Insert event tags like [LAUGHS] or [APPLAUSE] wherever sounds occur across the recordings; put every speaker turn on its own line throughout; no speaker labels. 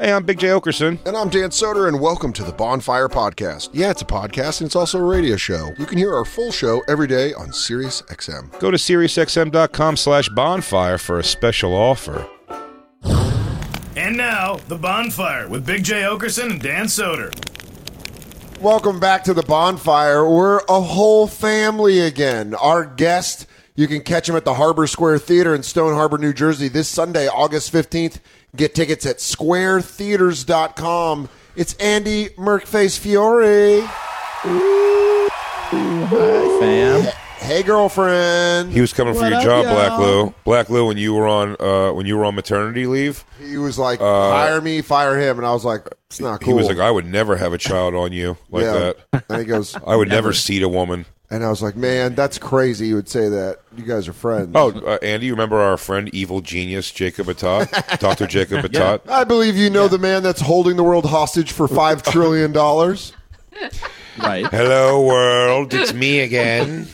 Hey, I'm Big J. Okerson.
And I'm Dan Soder, and welcome to the Bonfire Podcast. Yeah, it's a podcast, and it's also a radio show. You can hear our full show every day on Sirius XM.
Go to SiriusXM.com slash bonfire for a special offer.
And now, The Bonfire with Big J. Okerson and Dan Soder.
Welcome back to the Bonfire. We're a whole family again. Our guest, you can catch him at the Harbor Square Theater in Stone Harbor, New Jersey this Sunday, August 15th. Get tickets at squaretheaters.com. It's Andy Merkface Fiore.
Hi, fam.
Hey, girlfriend.
He was coming for
What
your
up,
job,
y'all?
Black Lou. Black Lou, when you were on uh, when you were on maternity leave,
He was like, hire me, fire him. And I was like, it's not cool.
Uh, he was like, "I would never have a child on you like that.
[LAUGHS] And he goes,
[LAUGHS] I would never seat a woman."
And I was like, man, that's crazy. You would say that. You guys are friends.
Oh, uh, Andy, you remember our friend, evil genius Jacob Atat, Doctor Jacob Atat?
I believe you know the man that's holding the world hostage for
[LAUGHS]
five trillion dollars.
Right.
Hello, world, it's me again.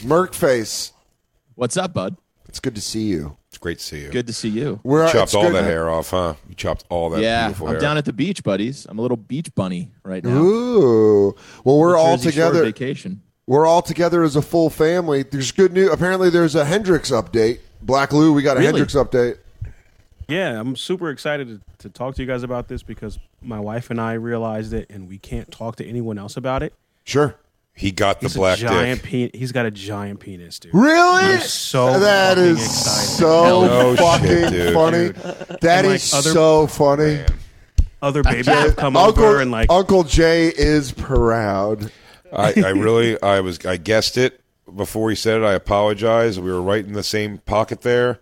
Merkface,
What's up, bud?
it's good to see you.
It's great to see you.
Good to see you.
We're
chopped
it's
all
good
the
to-
hair off, huh? You chopped all that
yeah,
beautiful
I'm
hair.
down at the beach, buddies. I'm a little beach bunny right now.
Ooh. Well, we're all
Jersey Shore
together.
Vacation.
We're all together as a full family. There's good news. Apparently, there's a Hendrix update. Black Lou, we got a
Really?
Hendrix update.
Yeah, I'm super excited to, to talk to you guys about this because my wife and I realized it, and we can't talk to anyone else about it.
Sure.
he got the
He's
black
a giant
dick.
pe- He's got a giant penis, dude.
Really?
I'm so
that
fucking
is
excited.
so
No
fucking
shit, dude.
funny. That
And, like,
is
other-
so funny. [LAUGHS]
Other babies have come
Uncle,
over and like
Uncle Jay is proud.
I, I really, I was, I guessed it before he said it. I apologize. We were right in the same pocket there.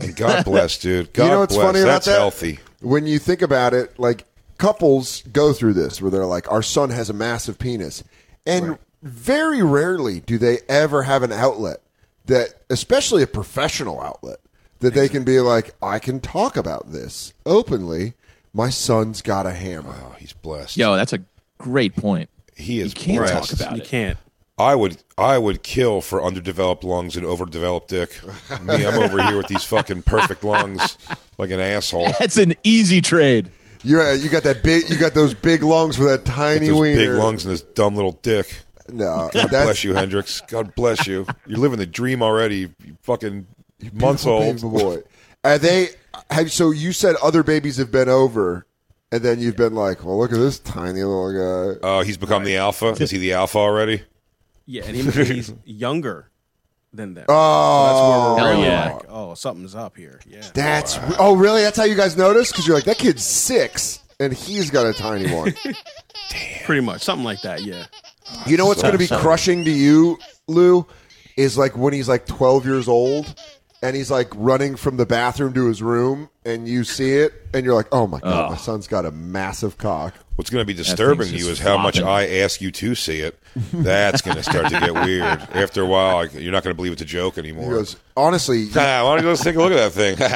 And
[LAUGHS]
God bless, dude. God
you know what's
bless.
funny about
That's
that?
healthy.
When you think about it, like couples go through this where they're like, "Our son has a massive penis," and very rarely do they ever have an outlet that, especially a professional outlet, that they can be like, "I can talk about this openly." My son's got a hammer.
Oh, he's blessed.
Yo, that's a great point.
he is
you can't talk
blessed.
about
you
it.
can't.
I would I would kill for underdeveloped lungs and overdeveloped dick. Me, I'm over here with these fucking perfect lungs like an
[LAUGHS]
asshole.
That's an easy trade.
You're, you got that big. You got those big lungs with that tiny
Those
wiener.
big lungs and this dumb little dick.
No,
God
that's
bless you, Hendrix. God bless you. You're living the dream already. You fucking months old.
Unbelievable boy. Are they have so you said other babies have been over, and then you've been like, well, look at this tiny little guy.
Uh, he's become the alpha. Is he the alpha already?
Yeah, and even [LAUGHS] he's younger than them.
Oh,
That's where we're
Hell
really
yeah.
like, oh, something's up here. Yeah.
that's oh really? That's how you guys notice because you're like that kid's six and he's got a tiny one.
Pretty much. Something like that, yeah.
you know what's going to be crushing to you, Lou, is like when he's like 12 years old. And he's like running from the bathroom to his room, and you see it, and you're like, "Oh my god, my son's got a massive cock."
What's going to be disturbing
thing's
you is
just
how much I
flopping.
ask you to see it. That's going to start
[LAUGHS]
to get weird. After a while, like, you're not going to believe it's a joke anymore.
He goes, "Honestly,
Ah, why don't you go take a look at that thing? [LAUGHS]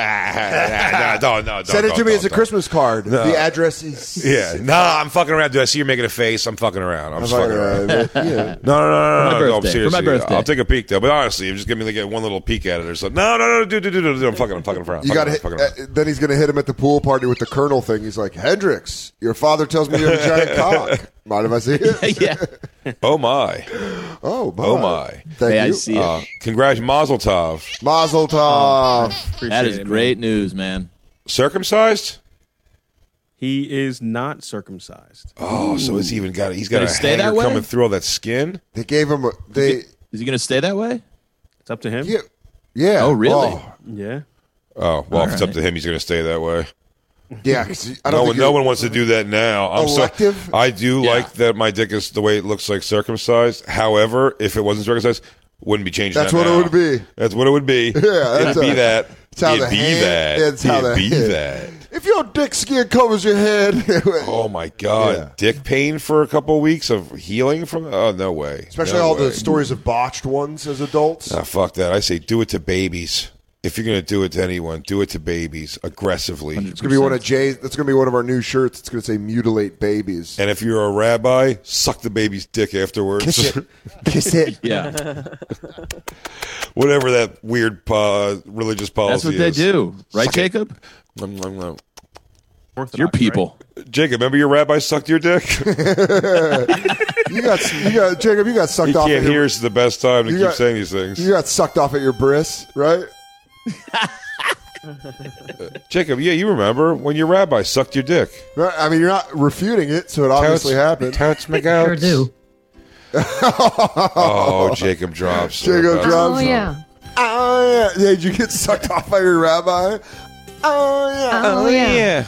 Ah, no, no, no,
Send it
no,
to me
no,
as a
no.
Christmas card. The address is
[LAUGHS] Yeah, nah, I'm fucking around, dude. I see you're making a face. I'm fucking around. I'm,
I'm
just
like,
fucking around. [LAUGHS]
uh, yeah.
No, no, no,
my
no, no, no. I'm
birthday, for
serious.
my birthday.
I'll take a peek though. But honestly, just give me like one little peek at it or something. No, no, no, dude, dude, dude, dude, dude I'm fucking, I'm fucking around.
You
fucking
got to
around,
hit.
fucking
Uh,
around.
then he's gonna hit him at the pool party with the Colonel thing. He's like, Hendrix, your father tells me you have a
[LAUGHS]
giant cock. Mind if I see it?
yeah.
Oh my,
Oh my!
oh my.
Thank
May I
you.
see it?
Uh, congrats, Mazel Tov.
Mazel tov.
Oh. that is great news, man.
Circumcised?
He is not circumcised.
Oh, so it's even got he's got
Did
a
it stay
hanger
that way?
coming through all that skin.
They gave him a they
Is he going to stay that way?
It's up to him.
yeah, yeah.
Oh, really?
Yeah.
Oh well, if it's up
right.
to him, he's going to stay that way.
yeah. 'cause I don't
No
think
one, no
it-
one wants to do that now. I'm so-
Elective?
I do like that my dick is the way it looks like circumcised. However, if it wasn't circumcised, wouldn't be changing.
That's
that
what it
now.
would be.
That's what it would
[LAUGHS]
be. Yeah,
that's
it'd be
a-
that.
that's how
it'd
the
be
hand-
that.
that's how
it'd
the
be
hand-
that.
If your dick skin covers your head, [LAUGHS]
Oh my god,
Yeah.
dick pain for a couple weeks of healing from. Oh no way.
especially
No
all
way.
the stories of botched ones as adults.
Nah, fuck that. I say do it to babies. If you're going to do it to anyone, do it to babies aggressively.
It's gonna be one of Jay. That's gonna be one of our new shirts. It's gonna say "mutilate babies."
And if you're a rabbi, suck the baby's dick afterwards.
[LAUGHS] Kiss it.
Yeah,
[LAUGHS] Whatever that weird uh, religious policy
that's what they
is.
do, right, Jacob?
Nom, nom, nom.
Orthodox,
Your people.
Jacob, remember your rabbi sucked your dick? [LAUGHS] he
You got, you got Jacob. You got sucked off.
can't
at your,
hear. It's the best time to
You
keep
got-
saying these things.
[LAUGHS] You got sucked off at your bris, right?
Jacob, yeah, you remember when your rabbi sucked your dick?
Right? I mean, you're not refuting it, so it obviously happened.
Touch my
Sure do.
[LAUGHS] Oh, Jacob drops.
Jacob
Uh,
drops.
Oh yeah.
Oh yeah. Did you get sucked off by your rabbi? Oh yeah.
Oh yeah.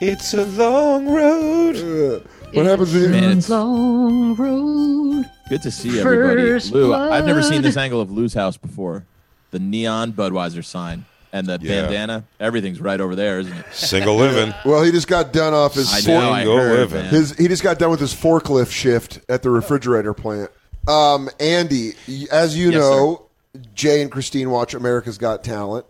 It's a long road.
What happens when you?
Man, it's
Long road.
good to see everybody.
First
Lou, I've never seen
blood.
this angle of Lou's house before. The neon Budweiser sign and the
Yeah.
bandana. Everything's right over there, isn't it?
Single living.
Well, he just got done off his
I
fork-
know. I
Go
heard,
living.
man.
his. He just got done with his forklift shift at the refrigerator plant. Um, Andy, y- as you
Yes,
know, Jay and Christine watch America's Got Talent,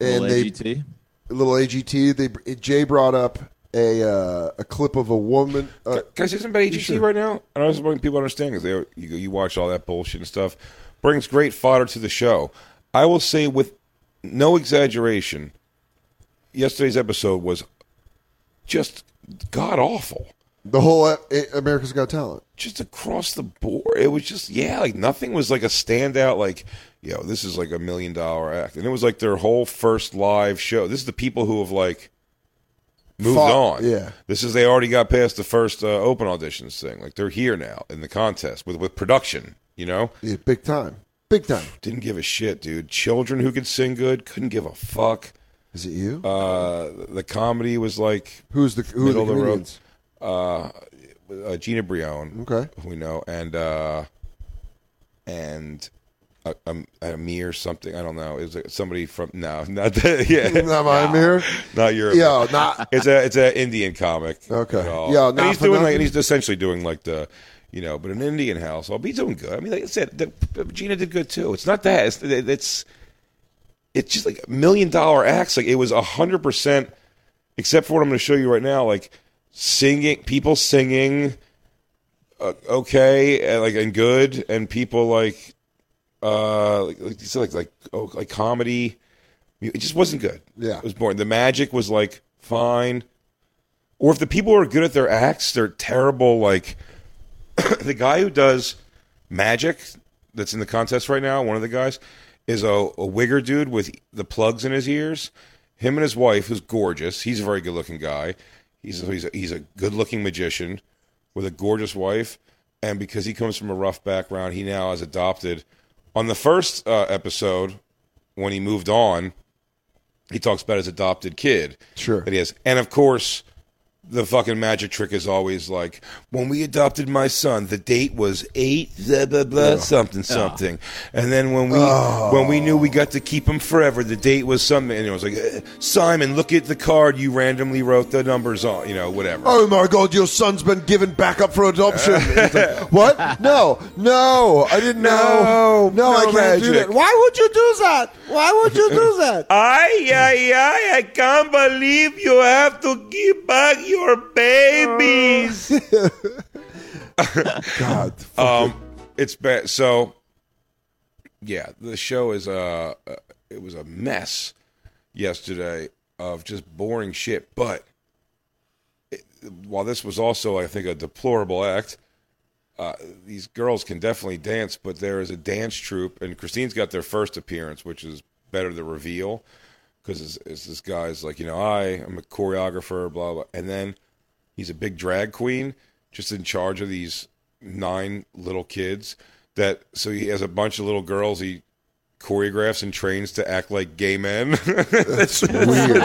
and
Little
they
AGT.
little AGT. They Jay brought up a uh, a clip of a woman. Uh,
Can I say something about AGT right now? And I was wondering people understand because you, you watch all that bullshit and stuff. Brings great fodder to the show. I will say with no exaggeration, yesterday's episode was just god awful.
the whole uh, A- America's Got Talent.
Just across the board, it was just yeah, like nothing was like a standout. Like yo, this is like a million dollar act, and it was like their whole first live show. This is the people who have like moved
Fought,
on.
yeah.
This is they already got past the first uh, open auditions thing. Like they're here now in the contest with with production. You know,
Yeah, big time, big time.
didn't give a shit, dude. Children who could sing good couldn't give a fuck.
Is it you?
Uh, the comedy was like
Who's the who are the
middle of the road.
comedians?
uh, uh, Gina Brion,
Okay.
who we know, and uh, and uh, um, Amir something. I don't know. Is it somebody from? No, [LAUGHS] not that. Yeah,
[LAUGHS] Not my
[LAUGHS]
mirror.
not Europe.
Yo, not
it's a it's an Indian comic.
Okay.
you know.
Yeah,
and
not
he's
for
doing like
nothing.
and he's essentially doing like the you know, but an Indian house. I'll be doing good. I mean, like I said, the, Gina did good too. It's not that. It's it's it's just like million dollar acts. Like it was a hundred percent, except for what I'm going to show you right now. Like singing, people singing, uh, okay, and like and good, and people like uh like like, you said, like like oh, like comedy. It just wasn't good.
Yeah.
it was boring. The magic was like fine, or if the people are good at their acts, they're terrible. Like [CLEARS THROAT] the guy who does magic that's in the contest right now, one of the guys, is a, a wigger dude with the plugs in his ears. Him and his wife, who's gorgeous, he's a very good looking guy. He's a, he's a, he's a good looking magician with a gorgeous wife. And because he comes from a rough background, he now has adopted. On the first uh, episode, when he moved on, he talks about his adopted kid.
Sure.
That he has. And of course, the fucking magic trick is always like when we adopted my son the date was 8 blah blah blah something something and then when we when we knew we got to keep him forever the date was something and it was like "Eh, Simon look at the card you randomly wrote the numbers on you know whatever
Oh my God! Your son's been given back up for
[LAUGHS]
adoption. It's like, what? No, no! I didn't know.
No,
no, I
no
can't do
magic.
that. Why would you do that? Why would you do
[LAUGHS]
that?
I, I, I, I can't believe you have to give back your babies.
[LAUGHS] God,
Um, it's bad. So, yeah, the show is uh, uh, it was a mess yesterday of just boring shit. But it, while this was also, I think, a deplorable act, uh, these girls can definitely dance. But there is a dance troupe, and Christine's got their first appearance, which is better the reveal. because it's, it's this guy's like, you know, I am a choreographer, blah blah, and then he's a big drag queen, just in charge of these nine little kids. That so he has a bunch of little girls he choreographs and trains to act like gay men. [LAUGHS] That's
Weird.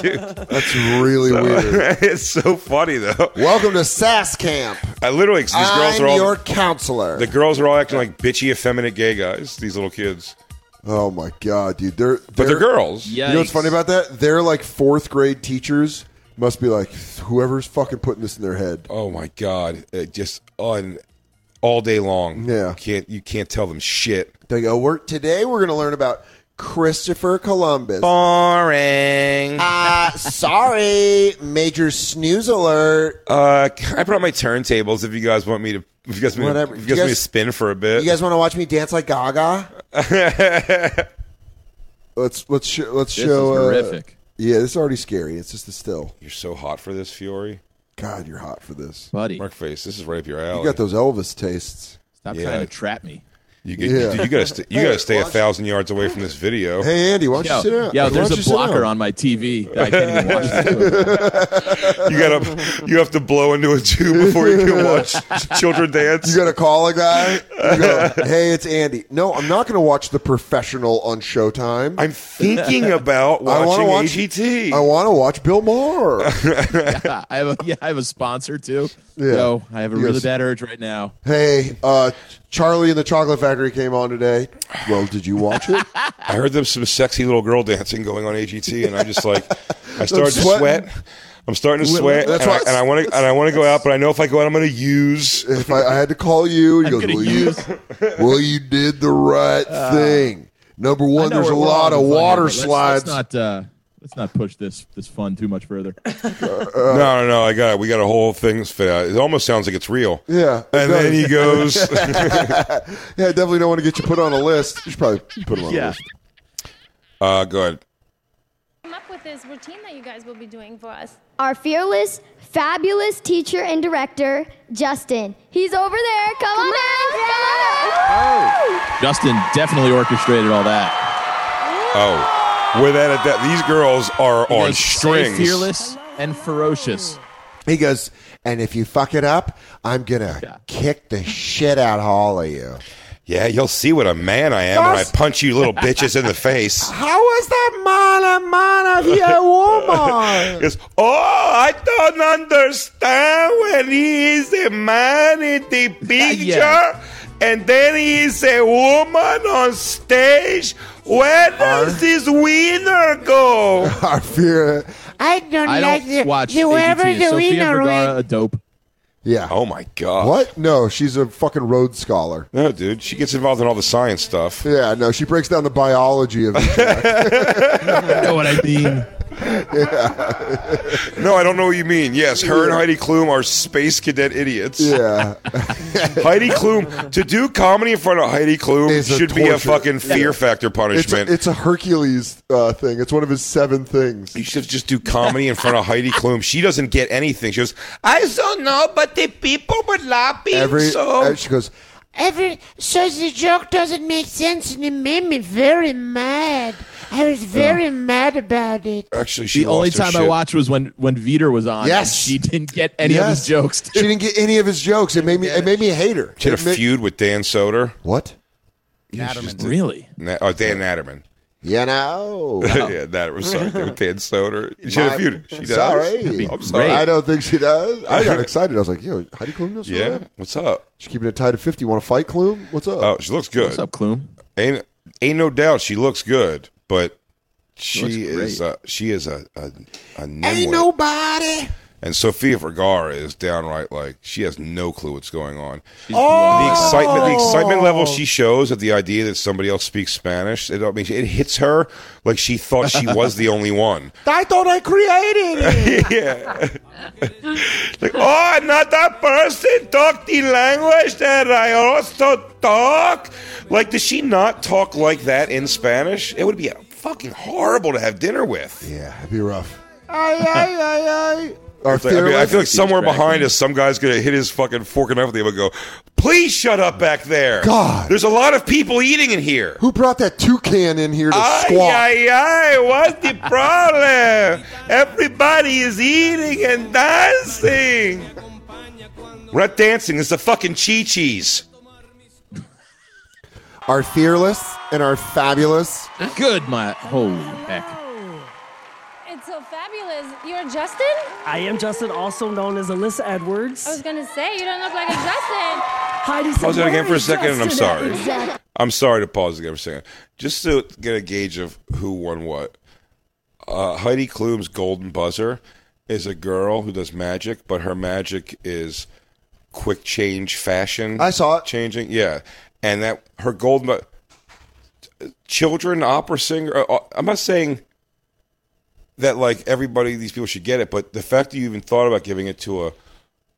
dude. [LAUGHS]
That's really weird.
it's so funny though.
Welcome to SAS Camp.
I literally these girls
I'm
are all
your counselor.
the girls are all acting like bitchy, effeminate gay guys. These little kids,
oh my god, dude! They're, they're
but they're girls.
Yeah.
You know what's funny about that? They're like fourth grade teachers must be like whoever's fucking putting this in their head.
Oh my god! It just on all day long.
Yeah.
You can't you can't tell them shit.
They go, "We're today we're going to learn about Christopher Columbus."
Boring.
Uh, sorry, major snooze alert.
Uh, I brought my turntables. If you guys want me to, if you guys want, me to-
Whatever.
if you
You
guys want me to
guys-
spin for a bit,
You guys want to watch me dance like Gaga? [LAUGHS] let's let's sh- let's
This
show.
is
uh,
horrific.
yeah, this is already scary. It's just the still.
you're so hot for this, Fiore.
God, you're hot for this.
Buddy,
Mark face, this is right up your alley.
You got
Oh,
those Elvis tastes.
stop
Yeah.
trying to trap me.
You, get,
Yeah.
dude, you gotta st- you
Hey,
gotta stay a
watch-
thousand yards away from this video.
Hey, Andy, why don't
Yo,
you sit down?
yo,
Why
there's
don't you
a
sit
blocker
down?
on my TV that I can't even watch. the two of
[LAUGHS]
them.
You gotta you have to blow into a tube before you can watch
[LAUGHS]
children dance.
You gotta call a guy. You [LAUGHS] go, hey, it's Andy. No, I'm not gonna watch the professional on Showtime.
I'm thinking about
I wanna
watching
watch-
AGT.
I want to watch Bill Maher. [LAUGHS]
yeah, I have a yeah, I have a sponsor too.
Yeah.
Yo, I have a really
Yes.
bad urge right now.
hey, uh, Charlie and the Chocolate Factory came on today. Well, did you watch it?
I heard there's some sexy little girl dancing going on AGT, and I just like I
[LAUGHS]
started to
sweating.
sweat. I'm starting to sweat,
that's
and I,
why- Uh,
and I want to and I want to go out, but I know if I go out, I'm going to use.
If I, I had to call you, you go,
gonna Uh,
well, you, [LAUGHS] well, you did the right thing. Number
I
one,
know
there's
we're
a
wrong
lot of
with Thunder, but
water
let's-
slides.
Let's, not. Uh, Let's not push this this fun too much further.
uh.
no, no, no. I got it. We got a whole thing. fit out. It almost sounds like it's real.
Yeah, it
And then
does.
he goes.
[LAUGHS] yeah, I definitely don't want to get you put on a list. You should probably put him on a
Yeah.
list.
uh, go ahead.
Come up with this routine that you guys will be doing for us.
Our fearless, fabulous teacher and director, Justin. He's over there. Come, on, in.
Justin definitely orchestrated all that.
Oh, with that, at that, these girls are on
Because stay
strings.
fearless and ferocious.
He goes, and if you fuck it up, I'm gonna kick the shit out of all of you. [LAUGHS]
Yeah, you'll see what a man I am when I punch you little bitches
[LAUGHS]
in the face.
How was that man a man of
[LAUGHS]
your woman?
It's, oh, I don't understand when he is a man in the
[LAUGHS]
picture and then he is a woman on stage. Where does this winner
[LAUGHS]
go?
Our fear. I don't
I don't watch AGT. Is Sofia Vergara a dope?
Yeah.
Oh my god.
What? No, she's a fucking Rhodes scholar.
No, dude. She gets involved in all the science stuff.
Yeah, no, she breaks down the
[LAUGHS]
biology of it.
You know what I mean?
No, I don't know what you mean. Yes, her and Heidi Klum are space cadet idiots.
yeah.
[LAUGHS]
[LAUGHS]
Heidi Klum to do comedy in front of Heidi Klum
Is a
should be a
torture.
fucking fear factor
It's
punishment.
a, it's a Hercules uh, thing. It's one of his seven things.
You should just do comedy in front of Heidi Klum. She doesn't get anything. She goes, I don't know, but the people were laughing.
Every
so
uh, she goes,
Every, so the joke doesn't make sense and it made me very mad. I was very mad about it.
actually, she
The only
lost her
time I
shit.
watched was when when Veter was on. and
Yes.
she didn't get any of
"Yes."
his jokes.
She didn't get any of his jokes. It made me. It made me hate her.
She had a
It ma-
feud with Dan Soder,
What?
Really?
Na- oh, Dan Natterman.
You know.
yeah, that was sorry, Dan Soder. [LAUGHS] She had a
My-
feud. She does.
Sorry.
I'm sorry.
I don't think she does.
[LAUGHS]
I got excited. I was like, yo, Heidi Klum knows what's
Yeah,
up?
what's up?
She's keeping it tied to 50. Want to fight Klum? What's up?
Oh, she looks good.
What's up, Klum?
Ain't ain't no doubt she looks good, but she,
looks
is
great.
a, she is a a, a nimwit.
Ain't nobody.
And Sofia Vergara is downright like she has no clue what's going on. oh, the excitement, the excitement level she shows at the idea that somebody else speaks Spanish. It, I mean, it hits her like she thought she was the only one.
I thought I created it.
[LAUGHS] Like, oh, another person talk the language that I also talk. Like, does she not talk like that in Spanish? It would be fucking horrible to have dinner with.
yeah, it'd be rough. Ay, ay, ay, ay. Our
It's like- I, mean, I feel like
fearless-
somewhere behind us, some guy's gonna hit his fucking fork and knife with him and go, "Please shut up back there."
God.
there's a lot of people eating in here.
Who brought that toucan in here to squawk?
Ay, ay, ay, what's the problem? Everybody is eating and dancing. We're not dancing, it's the fucking Chi Chi's.
Our fearless and our fabulous.
Good, my holy heck.
It's so fabulous. You're Justin?
I am Justin, also known as Alyssa Edwards.
I was gonna say you don't look like a Justin.
Heidi said,
Pause it again
"Where
for a
is
second, and I'm
Justin at?"
sorry.
Exactly.
I'm sorry to pause again for a second. Just to get a gauge of who won what. Uh, Heidi Klum's golden buzzer is a girl who does magic, but her magic is quick change fashion. I
saw it
changing, yeah. And that her golden bu- children opera singer. uh, I'm not saying that like everybody these people should get it, but the fact that you even thought about giving it to a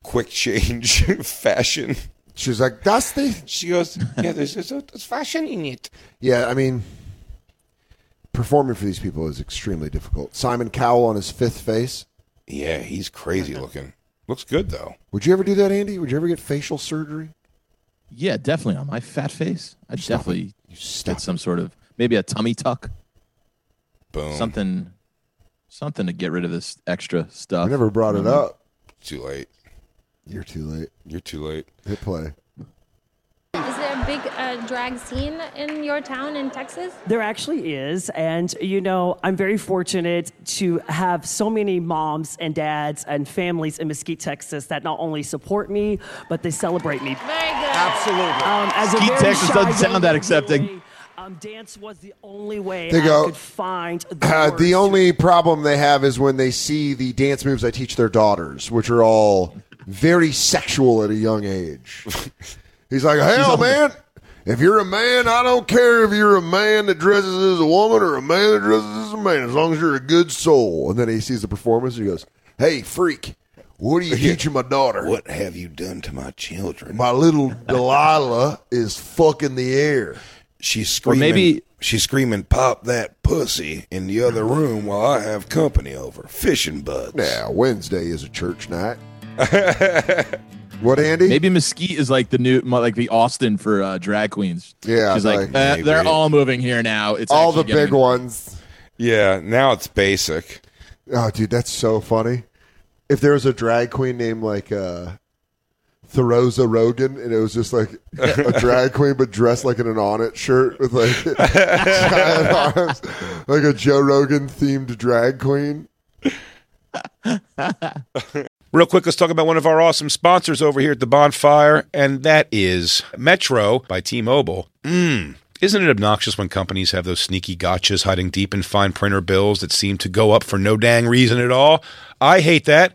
quick change [LAUGHS] fashion.
She's like, that's the.
She goes, yeah, there's, there's, a, there's fashion in it.
Yeah, I mean, performing for these people is extremely difficult. Simon Cowell on his fifth face.
Yeah, he's crazy looking. Looks good though.
Would you ever do that, Andy? Would you ever get facial surgery?
Yeah, definitely on my fat face. I definitely get some sort of maybe a tummy tuck.
Boom.
Oh.
Something, something to get rid of this extra stuff.
I never brought it up.
Too late.
You're too late.
You're too late.
Hit play.
Is there a big uh, drag scene in your town in Texas?
There actually is. And, you know, I'm very fortunate to have so many moms and dads and families in Mesquite, Texas that not only support me, but they celebrate me.
Very good.
Absolutely. Um, as a
Mesquite,
very
Texas
shy
doesn't sound that
young
accepting.
boy, Um, dance was the only way
They go,
I could find the
Uh,
words.
the only problem they have is when they see the dance moves I teach their daughters, which are all very sexual at a young [LAUGHS] age. He's like, hell, man, if you're a man, I don't care if you're a man that dresses as a woman or a man that dresses as a man, as long as you're a good soul. And then he sees the performance and he goes, hey, freak, what are [LAUGHS] you teaching my daughter?
What have you done to my children?
My little Delilah is fucking the air.
She's
Or
screaming.
maybe-
maybe she's screaming, "Pop that pussy!" in the other room while I have company over. Fishing buds.
Now, Wednesday is a church night. what, Andy?
Maybe Mesquite is like the new, mo- like the Austin for uh, drag queens.
Yeah,
she's like,
like-
"Uh, they're
Maybe.
all moving here now. It's
all the
actually
big
getting-
ones.
[LAUGHS] Yeah. Now it's basic.
Oh, dude, that's so funny. If there was a drag queen named like uh, Therosa Rogan, and it was just like [LAUGHS] a drag queen but dressed like in an on it shirt with [LAUGHS] like giant arms, like a Joe Rogan themed drag queen.
Real quick, let's talk about one of our awesome sponsors over here at the bonfire, and that is Metro by T Mobile. Mmm. Isn't it obnoxious when companies have those sneaky gotchas hiding deep in fine printer bills that seem to go up for no dang reason at all? I hate that.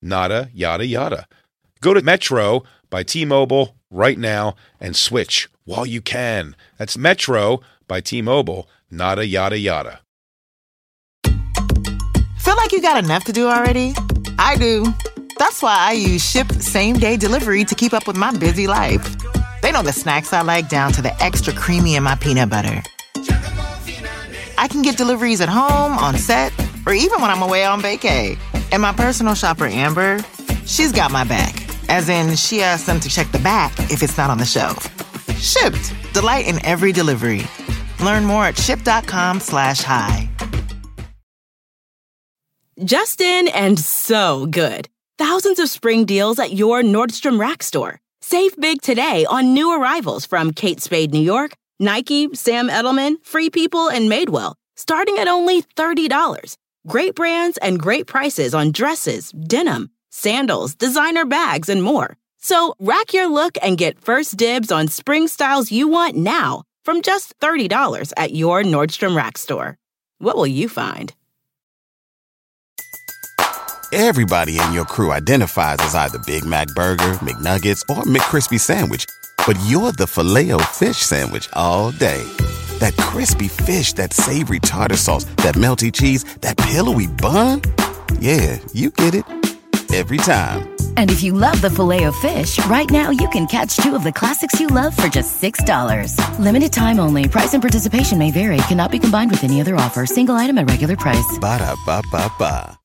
nada yada yada. Go to Metro by T Mobile right now and switch while you can. That's Metro by T Mobile, nada yada yada.
Feel like you got enough to do already? I do. That's why I use Ship Same Day Delivery to keep up with my busy life. They know the snacks I like down to the extra creamy in my peanut butter. I can get deliveries at home, on set, or even when I'm away on vacay. And my personal shopper, Amber, she's got my back. As in, she asks them to check the back if it's not on the shelf. Shipped. Delight in every delivery. Learn more at ship.com slash high.
Justin and so good. Thousands of spring deals at your Nordstrom Rack store. Save big today on new arrivals from Kate Spade New York, Nike, Sam Edelman, Free People, and Madewell, starting at only $30. Great brands and great prices on dresses, denim, sandals, designer bags, and more. So rack your look and get first dibs on spring styles you want now from just $30 at your Nordstrom Rack store. What will you find?
Everybody in your crew identifies as either Big Mac Burger, McNuggets, or McCrispy Sandwich. But you're the filet fish Sandwich all day. That crispy fish, that savory tartar sauce, that melty cheese, that pillowy bun. Yeah, you get it. Every time.
And if you love the filet of fish, right now you can catch two of the classics you love for just $6. Limited time only. Price and participation may vary. Cannot be combined with any other offer. Single item at regular price.
Ba-da-ba-ba-ba.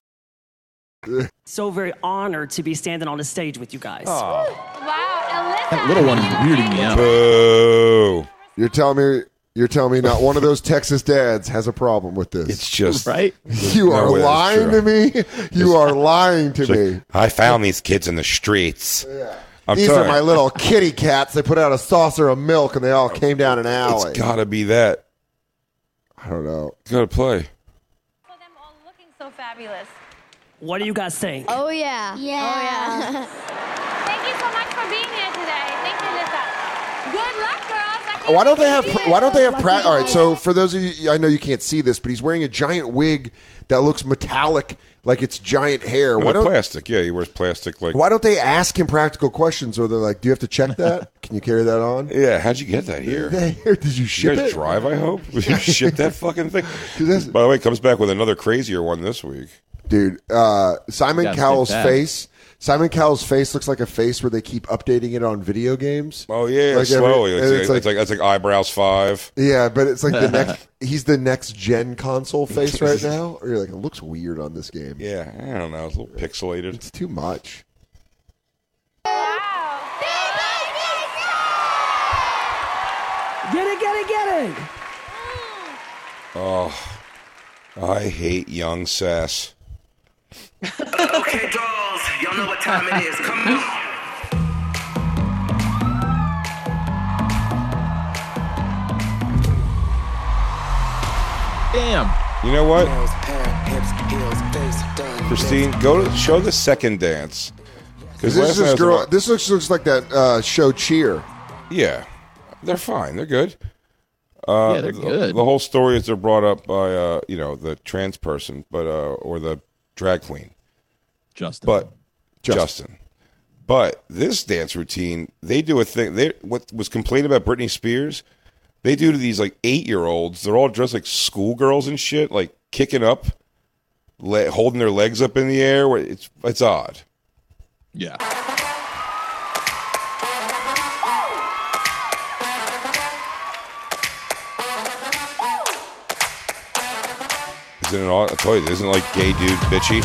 So very honored to be standing on the stage with you guys.
That little one is weirding me out.
Boo.
You're telling me you're telling me not one of those Texas dads has a problem with this. It's
just
right.
[LAUGHS]
You
No
are
way that's
lying to me.
[LAUGHS]
You are lying to
It's like,
me.
I found these kids in the streets. I'm
These
sorry.
are my little kitty cats. They put out a saucer of milk and they all came down an alley.
It's gotta be that.
I don't know.
Gotta play.
So fabulous.
What do you guys think?
Oh, yeah. Yeah. Oh, yeah. Thank you so much for being here today. Thank you, Lisa. Good luck, girls. I can't
Why don't they have?
wait to see
Why don't they have?
you.
Pra- all right. So for those of you, I know you can't see this, but he's wearing a giant wig that looks metallic, like it's giant hair.
Or
Why don't?
plastic. Yeah, he wears plastic. Like
Why don't they ask him practical questions? Or they're like, "Do you have to check that? Can you carry that
[LAUGHS]
on? [LAUGHS]
Yeah, how'd you get that here?
That here? Did you
you
ship
guys
it?
drive? I
[LAUGHS]
hope [LAUGHS] Did you ship that fucking thing. By the way, comes back with another crazier one this week.
dude. Uh, Simon
Gotta take
Cowell's
that.
face. Simon Cowell's face looks like a face where they keep updating it on video games.
Oh yeah,
Like every-
slowly.
and
it's, like, it's like it's like eyebrows five.
yeah, but it's like the
[LAUGHS]
next. He's the next gen console face right now. Or you're like, it looks weird on this game.
Yeah, I don't know. It's a little pixelated. It's
too much.
Get it, get it, get it.
Oh, I hate young sass.
okay, dolls, y'all know what time it is. Come on.
Damn. You know what? Christine, go to show the second dance. last
This is
night
this
was
girl.
about-
This looks looks like that uh, show Cheer.
Yeah, they're fine. They're good. Uh,
Yeah, they're
the- The,
good.
whole story is they're brought up by uh, you know the trans person, but uh, or the drag queen,
Justin.
But Justin. But this dance routine, they do a thing. They what was complained about Britney Spears. They do to these like eight year olds. They're all dressed like schoolgirls and shit, like kicking up, le- holding their legs up in the air. where It's it's odd.
Yeah.
Isn't it odd? I told you, isn't it like gay dude bitchy?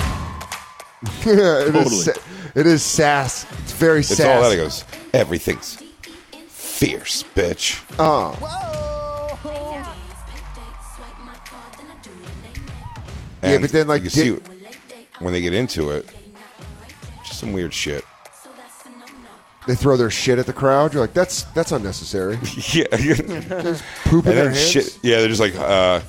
Uh, it is
Totally.
sa- it is sass. It's very
It's
sass.
all that it goes. Everything's fierce, bitch.
Oh.
yeah, but then like you can see when they get into it, just some weird
[LAUGHS]
shit.
They throw their shit at the crowd. You're like, that's that's
[LAUGHS]
unnecessary.
Yeah,
[LAUGHS] Just poop in
And
their
then
hands.
shit. Yeah, they're just like uh,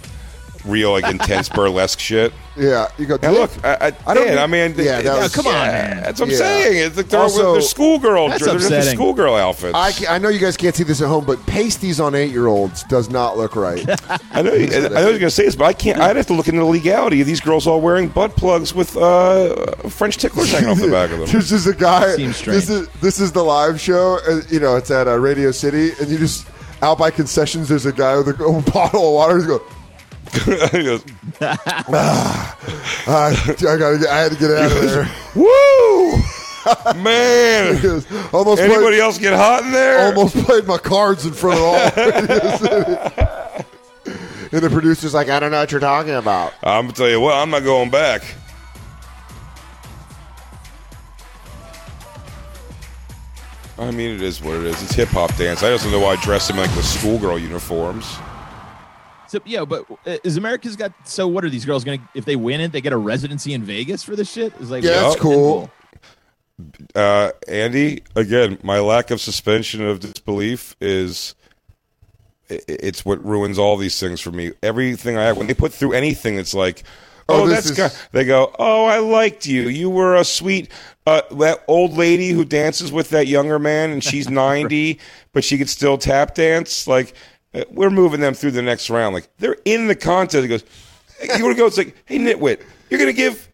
real, like
[LAUGHS]
intense burlesque shit.
Yeah, you go.
And look, I, I,
don't
Dan,
mean-
I mean,
Yeah,
yeah,
that was-
come on,
Yeah.
that's what I'm
Yeah.
saying. It's like they're,
Also-
they're schoolgirl,
That's
they're just in
upsetting.
schoolgirl outfits.
I, ca- I know you guys can't see this at home, but pasties on eight year olds does not
[LAUGHS]
look right.
I know, you- I know you're gonna say this, but I can't. I'd have to look into the legality of these girls all wearing butt plugs with uh, French ticklers hanging off the back of them.
This is a guy.
Seems strange.
This is this is the live show. And, you know, it's at uh, Radio City, and you just out by concessions. There's a guy with a, [LAUGHS] bottle of water. He's go.
[LAUGHS] He goes,
"Ah, I, I gotta. Get, I had to get out
[LAUGHS]
of there. [LAUGHS]
Woo, [LAUGHS] man!
almost
Anybody else get hot in there?
Almost played my cards in front
[LAUGHS]
of all. [LAUGHS] and the producer's like, I don't know what you're talking about.
I'm gonna tell you what, I'm not going back. I mean, it is what it is. It's hip hop dance. I just don't know why I dressed him like the schoolgirl uniforms.
So yeah, but uh, is America's got? So what are these girls gonna? If they win it, they get a residency in Vegas for this shit. Is like
Yeah, that's
what?
cool. Uh, Andy, again, my lack of suspension of disbelief is i- it's what ruins all these things for me. Everything I have, when they put through anything, it's like,
Oh,
oh,
this
that's
is-
ki- they go, oh, I liked you. You were a sweet uh, that old lady who dances with that younger man, and
[LAUGHS]
she's ninety, but she could still tap dance. Like uh, we're moving them through the next round. Like they're in the contest. It goes, you want to go? It's like, hey, nitwit, you're gonna give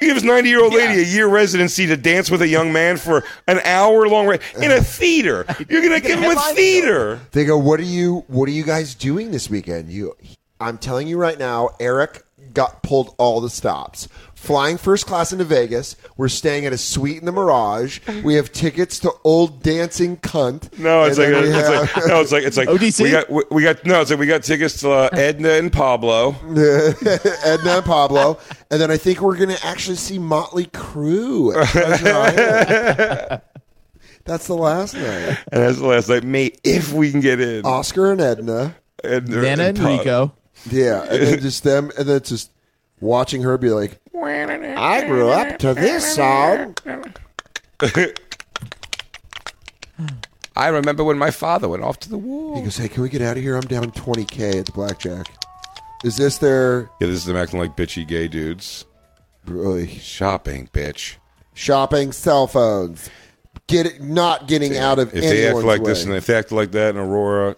He gives 90 year old lady a year residency to dance with a young man for an hour long re- in a
[LAUGHS]
theater. You're going to give him a
headline
theater.
They go, "What are you? What are you guys doing this weekend?" You, I'm telling you right now, Eric got pulled all the stops. Flying first class into Vegas. We're staying at a suite in the Mirage. We have tickets to Old Dancing Cunt.
No, it's like,
And then we
it's
have-
like no, it's like it's like
ODC?
We got we, we got no, it's like we got tickets to uh, Edna and Pablo.
Edna and Pablo, and then I think we're going to actually see Motley Crue. at Treasure
[LAUGHS]
Island. That's the last night.
And that's the last night, mate. If we can get in,
Oscar and Edna.
Edna Nana and and Pablo. Rico.
Yeah, and then just them, and then just watching her be like, I grew up to this song.
I remember when my father went off to the war.
He goes, Hey, can we get out of here? I'm down 20K at the blackjack. Is this their
Yeah, this is them acting like bitchy gay dudes.
Really?
Shopping, bitch.
shopping cell phones? Get it, not getting out of
If they act
anyone's
like
way.
this and if they act like that in Aurora,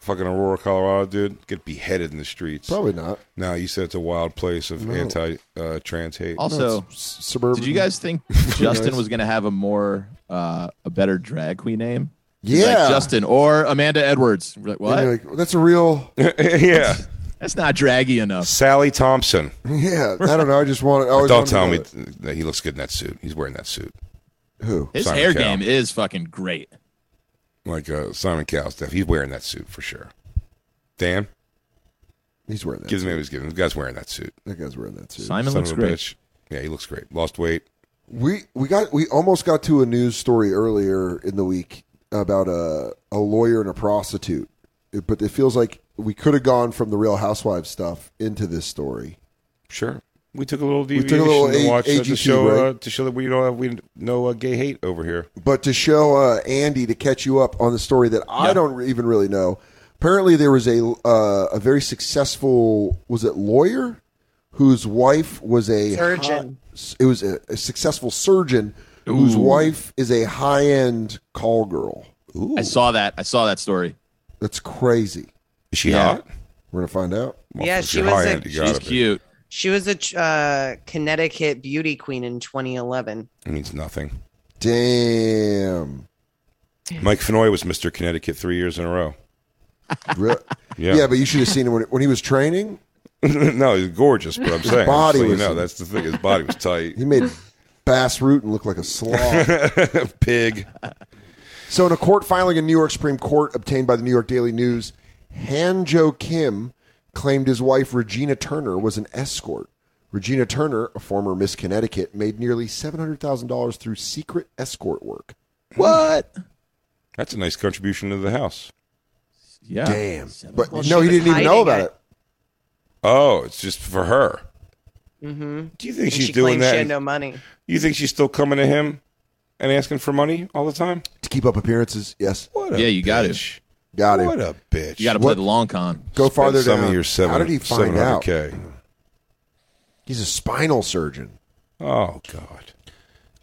fucking Aurora, Colorado, dude, get beheaded in the streets.
Probably not.
No, you said it's a wild place of
No.
anti uh, trans hate. [LAUGHS]
Also,
suburban.
Oh. Did you guys think Justin was going to have a more uh, a better drag queen name? He's like,
Yeah.
Justin or Amanda Edwards. We're like, what?
And you're like, That's a real. [LAUGHS]
yeah,
that's not draggy enough.
Sally Thompson.
Yeah, I don't know. I just want. I always
Don't
wanted
tell
to know
me
that.
th- that he looks good in that suit. He's wearing that suit.
Who?
His
Simon
hair
Cowell.
game is fucking great.
Like uh, Simon Cowell stuff. He's wearing that suit for sure. Dan?
He's wearing that
Gives me what he's giving. The guy's wearing that suit.
That guy's wearing that suit.
Simon
Son
looks
of a
great.
bitch. Yeah, he looks great. Lost weight.
We we got we almost got to a news story earlier in the week about a a lawyer and a prostitute, It- but it feels like we could have gone from the Real Housewives stuff into this story.
Sure, we took a little
We
deviation
took a little
to
A-
watch uh, to
AGT,
show uh,
right?
to show that we don't have we know uh, gay hate over here.
But to show uh, Andy to catch you up on the story that I don't re- even really know. Apparently, there was a uh, a very successful was it lawyer whose wife was a
Surgeon.
hot- it was a, a successful surgeon whose
Ooh.
wife is a high end call girl.
I saw that. I saw that story.
That's crazy.
Is she
Yeah. hot?
We're gonna find out.
Yeah, she was a,
She's cute.
She was a uh, Connecticut beauty queen in 2011.
It means nothing.
Damn.
Mike Fenoy was Mr. Connecticut three years in a row. [LAUGHS]
[LAUGHS]
Re-
Yeah.
yeah. but you should have seen him when, when he was training.
no, he's gorgeous, but I'm
His
saying
body
so you
was-
know, that's the thing. His body was tight. [LAUGHS]
He made Bass Rutten look like a sloth.
Pig.
So, in a court filing in New York Supreme Court obtained by the New York Daily News, Hanjo Kim claimed his wife Regina Turner was an escort. Regina Turner, a former Miss Connecticut, made nearly seven hundred thousand dollars through secret escort work.
What?
That's a nice contribution to the house.
Yeah.
Damn. But
Well, she
no, he
was
didn't even know
hiding
about
it.
it.
Oh, it's just for her.
Mm-hmm.
Do you think
and
she's
she
doing
claimed
that?
She had no money.
You think she's still coming to him and asking for money all the time?
To keep up appearances, yes.
What a
Yeah, you got
bitch.
it.
Got it.
What a bitch.
You got to play
What-
the long con.
Go
Spend
farther
some
down.
Of your seven,
How did he find out?
700K.
He's a spinal surgeon.
Oh God.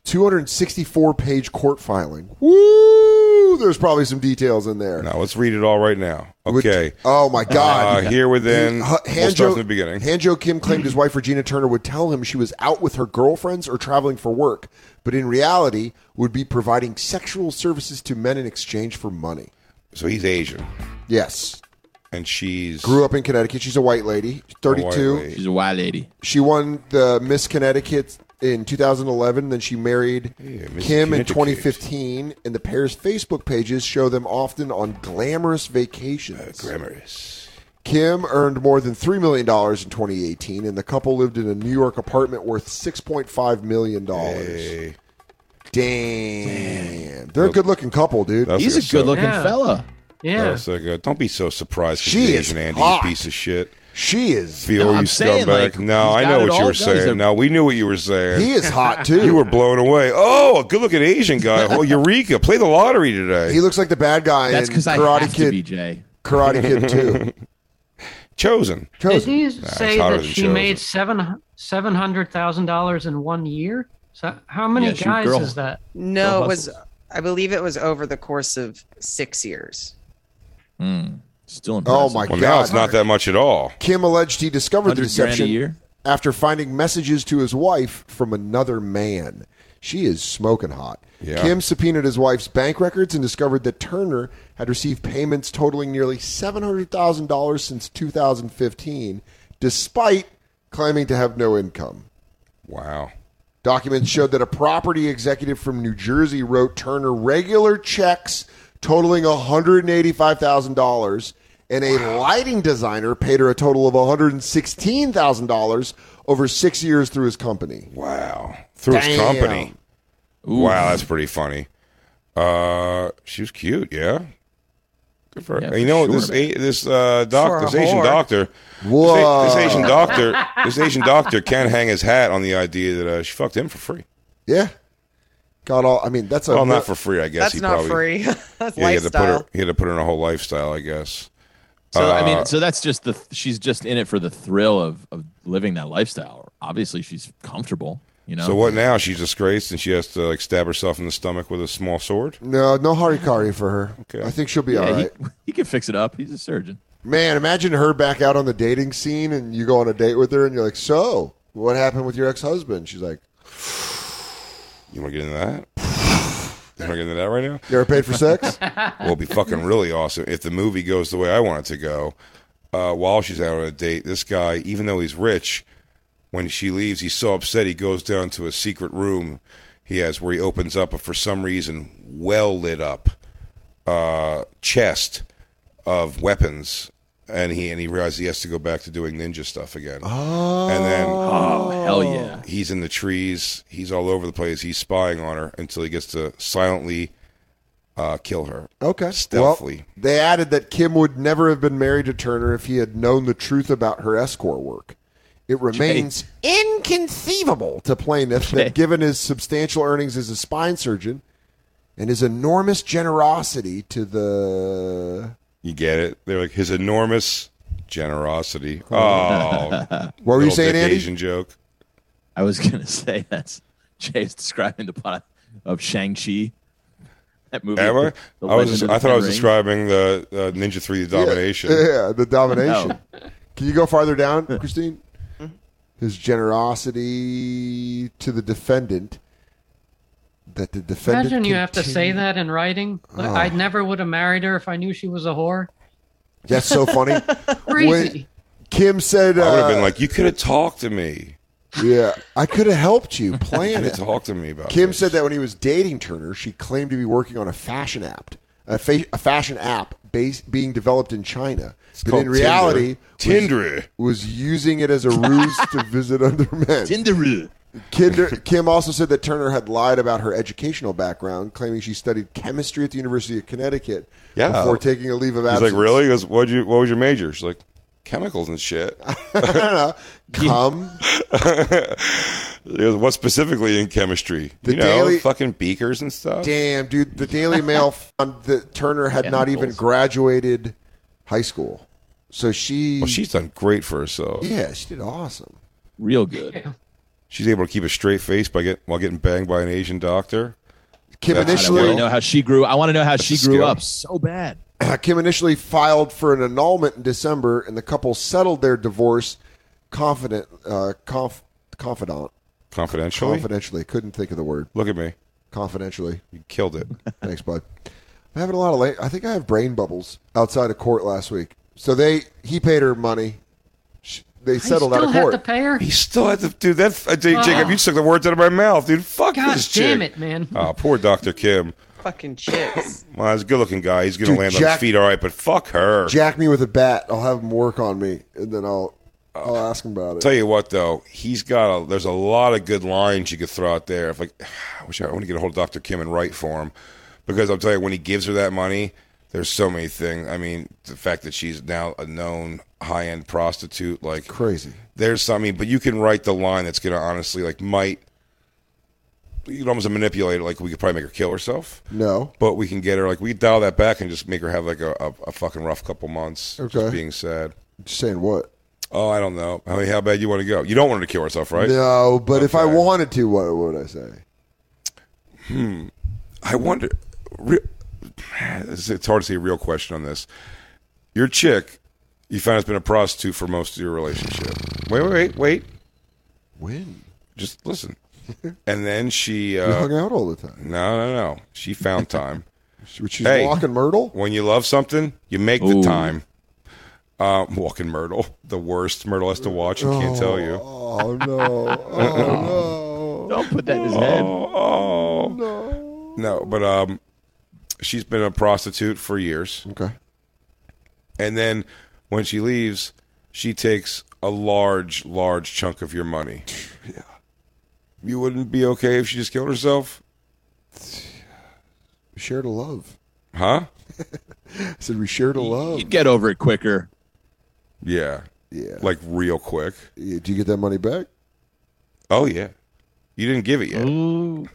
264 page court filing. Woo! There's probably some details in there.
Now let's read it all right now. Okay.
Oh my God!
Uh, here within.
Ha-
we'll start from the beginning.
Hanjo Kim claimed his wife Regina Turner would tell him she was out with her girlfriends or traveling for work, but in reality would be providing sexual services to men in exchange for money.
so he's Asian,
Yes,
and she's
grew up in Connecticut. She's a white lady, thirty-two.
White lady.
She's a white lady.
She won the Miss Connecticut in 2011. Then she married
Miss
Kim in
Connecticut.
2015, and the pair's Facebook pages show them often on glamorous vacations.
glamorous.
Kim earned more than $3 million in 2018, and the couple lived in a New York apartment worth $6.5 million.
Hey,
Damn. They're a good looking couple, dude.
That's
He's
like
a good looking
so-
Yeah.
fella.
that
Yeah.
was like a- don't be Oh, so surprised. 'cause
She
he's
is
Asian Andy,
hot.
you piece of shit.
She is.
Feel
No,
you
I'm saying,
scumbag.
like,
no,
he's
I
got
know
it
what you
all.
were
No, he's
saying.
a-
no, we knew what you were saying.
He is hot, too.
[LAUGHS] You were blown away. Oh, a good looking Asian guy.
[LAUGHS]
Oh, Eureka! Play the lottery today.
he looks like the bad guy
That's
in
because I
Karate
have to
Kid.
be Jay.
Karate Kid
[LAUGHS]
2.
Chosen.
Did
Chosen.
he
it's
say
hotter
that
than
she
chosen.
made seven seven hundred thousand dollars in one year? So how many
Yeah, shoot,
guys
girl.
is that?
No, it was. I believe it was over the course of six years.
Mm, still impressive.
Oh, my
Well, now
God.
it's not that much at all.
Kim alleged he discovered the
100 grand a
deception
year?
after finding messages to his wife from another man. She is smoking hot.
Yeah.
Kim subpoenaed his wife's bank records and discovered that Turner had received payments totaling nearly $700,000 since 2015, despite claiming to have no income.
Wow.
Documents showed that a property executive from New Jersey wrote Turner regular checks totaling $185,000, and a lighting designer paid her a total of $116,000 over six years through his company.
Wow. Through his
Damn.
company. Wow, that's pretty funny. Uh, she was cute, yeah. Good for her.
Yeah,
And you
for
know
sure,
this A- this uh, doc,
For a
this Asian
whore. Uh.
doctor, this, A- this Asian
Whoa.
doctor, this Asian doctor can hang his hat on the idea that uh, she fucked him for free.
Yeah. Got all, I mean, that's a.
well, not for free, I guess.
That's
he
not
probably,
[LAUGHS]
free. That's
yeah, he had to put her.
lifestyle.
He had to put her in a whole lifestyle, I guess.
So I
Uh,
mean, so that's just the she's just in it for the thrill of of living that lifestyle. Obviously, she's comfortable. You know.
So what now? She's disgraced and she has to like stab herself in the stomach with a small sword.
No, no harikari for her. I think she'll be
Yeah,
all right.
He, [LAUGHS] he can fix it up. He's a surgeon.
Man, imagine her back out on the dating scene and you go on a date with her and you're like, so, what happened with your ex husband? She's like,
You want to get into that? You want to get into that right now?
You ever paid
[LAUGHS]
for sex?
well, it'd be fucking really awesome if the movie goes the way I want it to go. Uh, while she's out on a date, this guy, even though he's rich, when she leaves, he's so upset he goes down to a secret room he has where he opens up a, for some reason, well lit up uh, chest of weapons, and he and he realizes he has to go back to doing ninja stuff again. Oh, and then
Oh, hell yeah.
he's in the trees, he's all over the place, he's spying on her until he gets to silently uh, kill her.
Okay.
Stealthily.
Well, they added that Kim would never have been married to Turner if he had known the truth about her escort work. It remains inconceivable to plaintiff that given his substantial earnings as a spine surgeon and his enormous generosity to the.
You get it? They're like his enormous generosity. Oh,
[LAUGHS] What were you
little
saying,
dick
Andy?
Asian joke.
I was [LAUGHS] gonna say that's Jay's describing the plot of Shang Chi. That movie.
Am I?
the- the
I, was,
Legend of
I
the
thought I
Ten
was
Rings.
describing the uh, Ninja 3 domination.
Yeah, [LAUGHS] yeah, the domination.
Oh.
Can you go
[LAUGHS]
farther down, Christine?
Mm-hmm.
His generosity to the defendant. That the defendant.
Imagine you have to say
continue-
that in writing. Like,
Oh.
I never would have married her if I knew she was a whore.
That's so
[LAUGHS]
funny.
Crazy.
When Kim said,
I would have
uh,
been like, you could have talked to me.
[LAUGHS] "Yeah, I could have
[LAUGHS]
helped you
You
plan
could have
it."
talked to me about
Kim
this.
said that when he was dating Turner, she claimed to be working on a fashion app, a, fa- a fashion app base, being developed in China. but
called
in reality,
Tinder.
was-
Tinder.
was, using it as a ruse
[LAUGHS]
to visit other men. Tinder. Kinder, Kim also said that Turner had lied about her educational background, claiming she studied chemistry at the University of Connecticut
Yeah.
before taking a leave of
He's
absence.
like, really? He goes, What'd you, what was your major? She's like, chemicals and
[LAUGHS]
shit. [LAUGHS]
Come.
He goes, what specifically in chemistry?
The
you know,
Daily-
fucking beakers and stuff.
Damn, dude. The Daily Mail found that Turner had not even
Chemicals.
graduated high school. So she.
Well, Oh, she's done great for herself.
Yeah, she did awesome.
real good.
She's able to keep a straight face by get, while getting banged by an Asian doctor.
Kim
God, I want to know how she grew. I want to know how she
That's a
grew
skill.
up so bad.
[CLEARS THROAT] Kim initially filed for an annulment in December, and the couple settled their divorce confident, uh, conf, confidant,
Confidentially?
confidentially. Couldn't think of the word.
Look at me.
Confidentially.
You killed it. [LAUGHS]
Thanks, bud. I'm having a lot of late. I think I have brain bubbles outside of court last week. So they he paid her money. Sh they settled
I
out
still
of
have
court.
to pay her.
He still had to, dude. That uh, J-
Ah.
Jacob, you took the words out of my mouth, dude. Fuck
God
this
damn
chick.
it, man.
Oh, poor Doctor Kim.
Fucking chicks.
[LAUGHS] Well, he's a good-looking guy. He's gonna
Dude,
land on
Jack-
his feet, all right. But fuck her.
Jack me with a bat. I'll have him work on me, and then I'll I'll ask him about it.
Tell you what, though, he's got a. There's a lot of good lines you could throw out there. If like, [SIGHS] I wish I, I want to get a hold of Doctor Kim and write for him, because I'll tell you, when he gives her that money, there's so many things. I mean, the fact that she's now a known high-end prostitute, like
Crazy.
there's something, but you can write the line that's gonna honestly like might. You could almost manipulate it. Like we could probably make her kill herself.
No.
but we can get her like we could dial that back and just make her have like a, a, a fucking rough couple months. just
Okay.
being sad.
Just saying what?
Oh, I don't know. I mean, how bad you want to go? You don't want her to kill herself, right?
No, but if I wanted to, what would I say?
Hmm. I wonder. Re- it's it's hard to see a real question on this. Your chick, you found has been a prostitute for most of your relationship. Wait, wait, wait, wait.
When?
Just listen. [LAUGHS] And then she uh,
you hung out all the time.
No, no, no. She found
[LAUGHS]
time.
she's walking Myrtle.
When you love something, you make the
Ooh.
time. Uh, walking Myrtle, the worst Myrtle has to watch. I can't tell you. [LAUGHS]
Oh no! Oh no!
Don't put that in his
Oh, no. No, but um, she's been a prostitute for years.
Okay.
And then when she leaves, she takes a large, large chunk of your money. Yeah. You wouldn't be okay if she just killed herself,
We shared a love.
huh?
I said we shared a love.
You'd get over it quicker.
Yeah.
Yeah.
Like real quick.
Yeah, do you get that money back?
Oh yeah. You didn't give it yet. You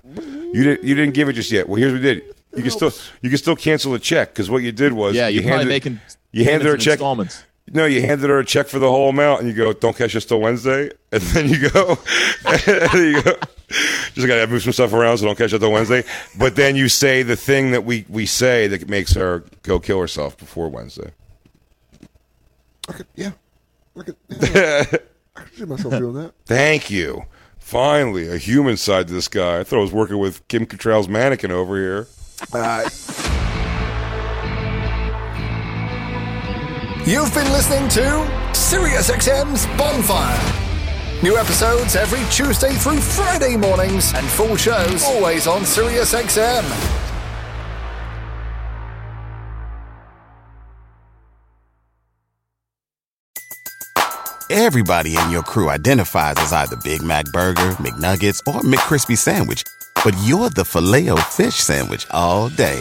didn't. You didn't give it just yet. Well, here's what we did. You can still. You can still cancel the check because what you did was.
Yeah,
you
you're probably
handed,
making
You handed her a
payments in
check.
installments.
No, you handed her a check for the whole amount, and you go, "Don't cash this till Wednesday," [LAUGHS] and then you go, [LAUGHS] and then you go. Just gotta move some stuff around so don't catch it till Wednesday. But then you say the thing that we, we say that makes her go kill herself before Wednesday.
Yeah. Look at.
[LAUGHS]
Yeah. I could see myself doing that.
Thank you. Finally, a human side to this guy. I thought I was working with Kim Cattrall's mannequin over here.
You've been listening to SiriusXM's Bonfire. New episodes every Tuesday through Friday mornings, and full shows always on SiriusXM.
Everybody in your crew identifies as either Big Mac Burger, McNuggets, or McCrispy Sandwich. But you're the filet fish Sandwich all day.